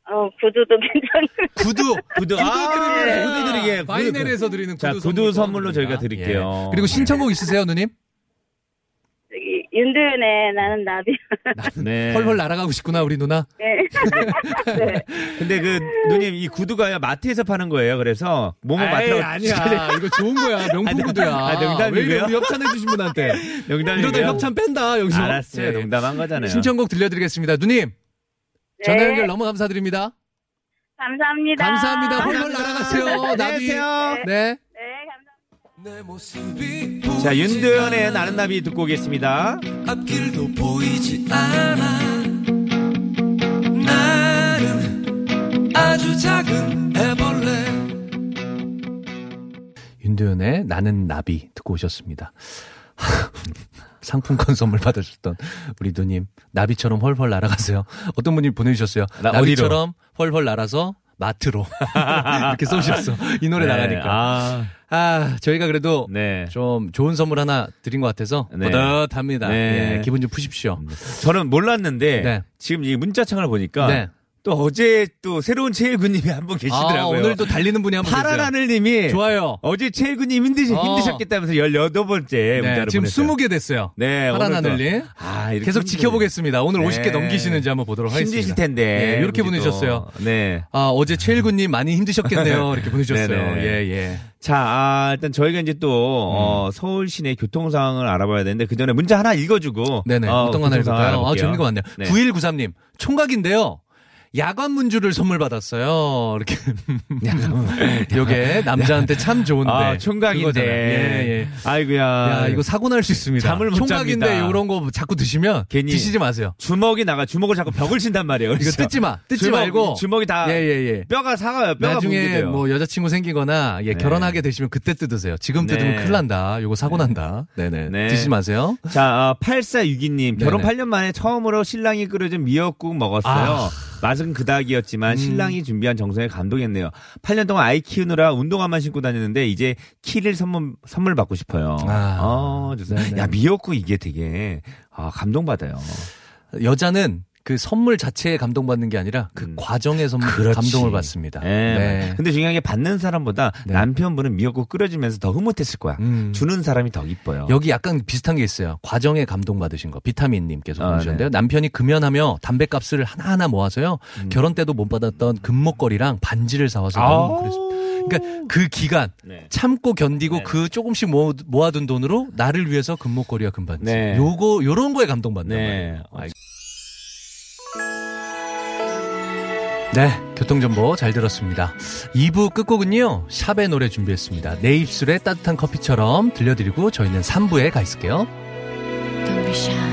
Speaker 6: 어, 구두도 괜찮고.
Speaker 3: 구두
Speaker 2: 구두 아, 구두 드리게. 구두.
Speaker 3: 바이넬에서 드리는 구두
Speaker 2: 그 자, 구두
Speaker 3: 선물권
Speaker 2: 선물로 저희가
Speaker 3: 드립니다.
Speaker 2: 드릴게요.
Speaker 3: 예. 그리고 신청곡 있으세요, 누님?
Speaker 6: 저기, 윤도현의 나는 나비.
Speaker 2: 네.
Speaker 3: 헐헐 날아가고 싶구나 우리 누나.
Speaker 2: 예.
Speaker 6: 네.
Speaker 2: 근데 그 누님 이 구두가요 마트에서 파는 거예요. 그래서 몸을
Speaker 3: 에이,
Speaker 2: 마트라고
Speaker 3: 아니야. 이거 좋은 거야. 명품 구두야.
Speaker 2: 아,
Speaker 3: 왜 이래
Speaker 2: 농담이고요.
Speaker 3: 우리 협찬해 주신 분한테.
Speaker 2: 농담이에요.
Speaker 3: 이러다 협찬 뺀다 여기서.
Speaker 2: 알았어요.
Speaker 3: 예.
Speaker 2: 농담한 거잖아요.
Speaker 3: 신청곡 들려드리겠습니다. 누님 전화 연결 너무 감사드립니다.
Speaker 6: 감사합니다.
Speaker 3: 감사합니다. 홀로 날아가세요. 나비.
Speaker 2: 안녕하세요.
Speaker 3: 네.
Speaker 6: 네, 감사합니다.
Speaker 4: 내 모습이
Speaker 2: 자,
Speaker 4: 보이지
Speaker 2: 윤도현의
Speaker 4: 않아.
Speaker 2: 나는 나비 듣고 오겠습니다.
Speaker 4: 앞길도 보이지 않아 나는 아주 작은 애벌레
Speaker 3: 윤도현의 나는 나비 듣고 오셨습니다. 상품권 선물 받으셨던 우리 누님 나비처럼 훨훨 날아가세요. 어떤 분이 보내주셨어요.
Speaker 2: 나 어디로?
Speaker 3: 나비처럼 훨훨 날아서 마트로 이렇게 써주셨어. 이 노래 나가니까.
Speaker 2: 네. 아,
Speaker 3: 아 저희가 그래도
Speaker 2: 네.
Speaker 3: 좀 좋은 선물 하나 드린 것 같아서
Speaker 2: 네.
Speaker 3: 뿌듯합니다.
Speaker 2: 네.
Speaker 3: 예, 기분 좀 푸십시오.
Speaker 2: 저는 몰랐는데
Speaker 3: 네.
Speaker 2: 지금 이 문자창을 보니까
Speaker 3: 네.
Speaker 2: 또 어제 또 새로운 최일구님이 한 분 계시더라고요.
Speaker 3: 아, 오늘 또 달리는 분이 한분
Speaker 2: 파란 하늘님이
Speaker 3: 좋아요.
Speaker 2: 어제 최일구님 힘드시,
Speaker 3: 어.
Speaker 2: 힘드셨겠다면서 18번째 문자를
Speaker 3: 네, 지금
Speaker 2: 보냈어요.
Speaker 3: 20개 됐어요.
Speaker 2: 네,
Speaker 3: 파란
Speaker 2: 오늘 또-
Speaker 3: 하늘님.
Speaker 2: 아, 이렇게
Speaker 3: 계속
Speaker 2: 힘들-
Speaker 3: 지켜보겠습니다. 오늘
Speaker 2: 네.
Speaker 3: 50개 넘기시는지 한번 보도록 하겠습니다.
Speaker 2: 힘드실 텐데.
Speaker 3: 네, 이렇게
Speaker 2: 우리 또.
Speaker 3: 보내셨어요.
Speaker 2: 네.
Speaker 3: 아, 어제 최일구님 많이 힘드셨겠네요. 이렇게 보내주셨어요.
Speaker 2: 네네.
Speaker 3: 예, 예.
Speaker 2: 자, 아, 일단 저희가 이제 또,
Speaker 3: 음.
Speaker 2: 어, 서울 시내 교통 상황을 알아봐야 되는데, 그 전에 문자 하나 읽어주고.
Speaker 3: 네네.
Speaker 2: 어,
Speaker 3: 어, 떤 거 하나
Speaker 2: 교통 상황
Speaker 3: 읽을까요? 아,
Speaker 2: 알아볼게요.
Speaker 3: 재밌는 거 많네요.
Speaker 2: 네.
Speaker 3: 9193님, 총각인데요. 야간 문주를 선물 받았어요. 이렇게. 요게 남자한테 참 좋은데.
Speaker 2: 아, 총각인데.
Speaker 3: 그거잖아요. 예, 예.
Speaker 2: 아이고야.
Speaker 3: 야, 이거 사고 날 수 있습니다.
Speaker 2: 잠을 못
Speaker 3: 총각인데
Speaker 2: 잡니다.
Speaker 3: 요런 거 자꾸 드시면
Speaker 2: 괜히
Speaker 3: 드시지 마세요.
Speaker 2: 주먹이 나가. 주먹을 자꾸 벽을 친단 말이에요.
Speaker 3: 이거
Speaker 2: 그래서
Speaker 3: 뜯지 마. 뜯지
Speaker 2: 주먹,
Speaker 3: 말고.
Speaker 2: 주먹이 다
Speaker 3: 예, 예, 예.
Speaker 2: 뼈가 사가요. 뼈가
Speaker 3: 나중에
Speaker 2: 뭉개져요.
Speaker 3: 뭐 여자친구 생기거나 예,
Speaker 2: 네.
Speaker 3: 결혼하게 되시면 그때 뜯으세요. 지금
Speaker 2: 네.
Speaker 3: 뜯으면 큰일 난다. 요거 사고 난다. 네네.
Speaker 2: 네.
Speaker 3: 드시지 마세요.
Speaker 2: 자, 어, 8462님. 결혼
Speaker 3: 네네.
Speaker 2: 8년 만에 처음으로 신랑이 끓여준 미역국 먹었어요.
Speaker 3: 아. 음.
Speaker 2: 맛은 그닥이었지만 신랑이 준비한 정성에 감동했네요. 8년 동안 아이 키우느라 운동화만 신고 다녔는데 이제 키를 선물, 선물 받고 싶어요.
Speaker 3: 아.
Speaker 2: 아, 좋습니다.
Speaker 3: 네네.
Speaker 2: 야, 미역국 이게 되게 아, 감동받아요.
Speaker 3: 여자는 그 선물 자체에 감동받는 게 아니라 그 과정에 선 감동을 받습니다.
Speaker 2: 음. 예. 근데 중요한 게 받는 사람보다
Speaker 3: 아, 네.
Speaker 2: 남편분은 미역국 끓여주면서 더 흐뭇했을 거야.
Speaker 3: 음.
Speaker 2: 주는 사람이 더 기뻐요.
Speaker 3: 여기 약간 비슷한 게 있어요. 과정에 감동받으신 거. 비타민님께서
Speaker 2: 아,
Speaker 3: 보내주셨는데요. 남편이 금연하며 담배값을 하나하나 모아서요.
Speaker 2: 음.
Speaker 3: 결혼 때도 못 받았던 금목걸이랑 반지를 사와서
Speaker 2: 아,
Speaker 3: 너무 그랬어요. 그러니까 그 기간
Speaker 2: 네.
Speaker 3: 참고 견디고
Speaker 2: 네.
Speaker 3: 그 조금씩 모아, 모아둔 돈으로 나를 위해서 금목걸이와 금반지
Speaker 2: 네.
Speaker 3: 요거 요런 거에 감동받는
Speaker 2: 네.
Speaker 3: 거예요. 네, 교통정보 잘 들었습니다. 2부 끝곡은요, 샵의 노래 준비했습니다. 내 입술에 따뜻한 커피처럼 들려드리고 저희는 3부에 가 있을게요.
Speaker 7: Don't be shy.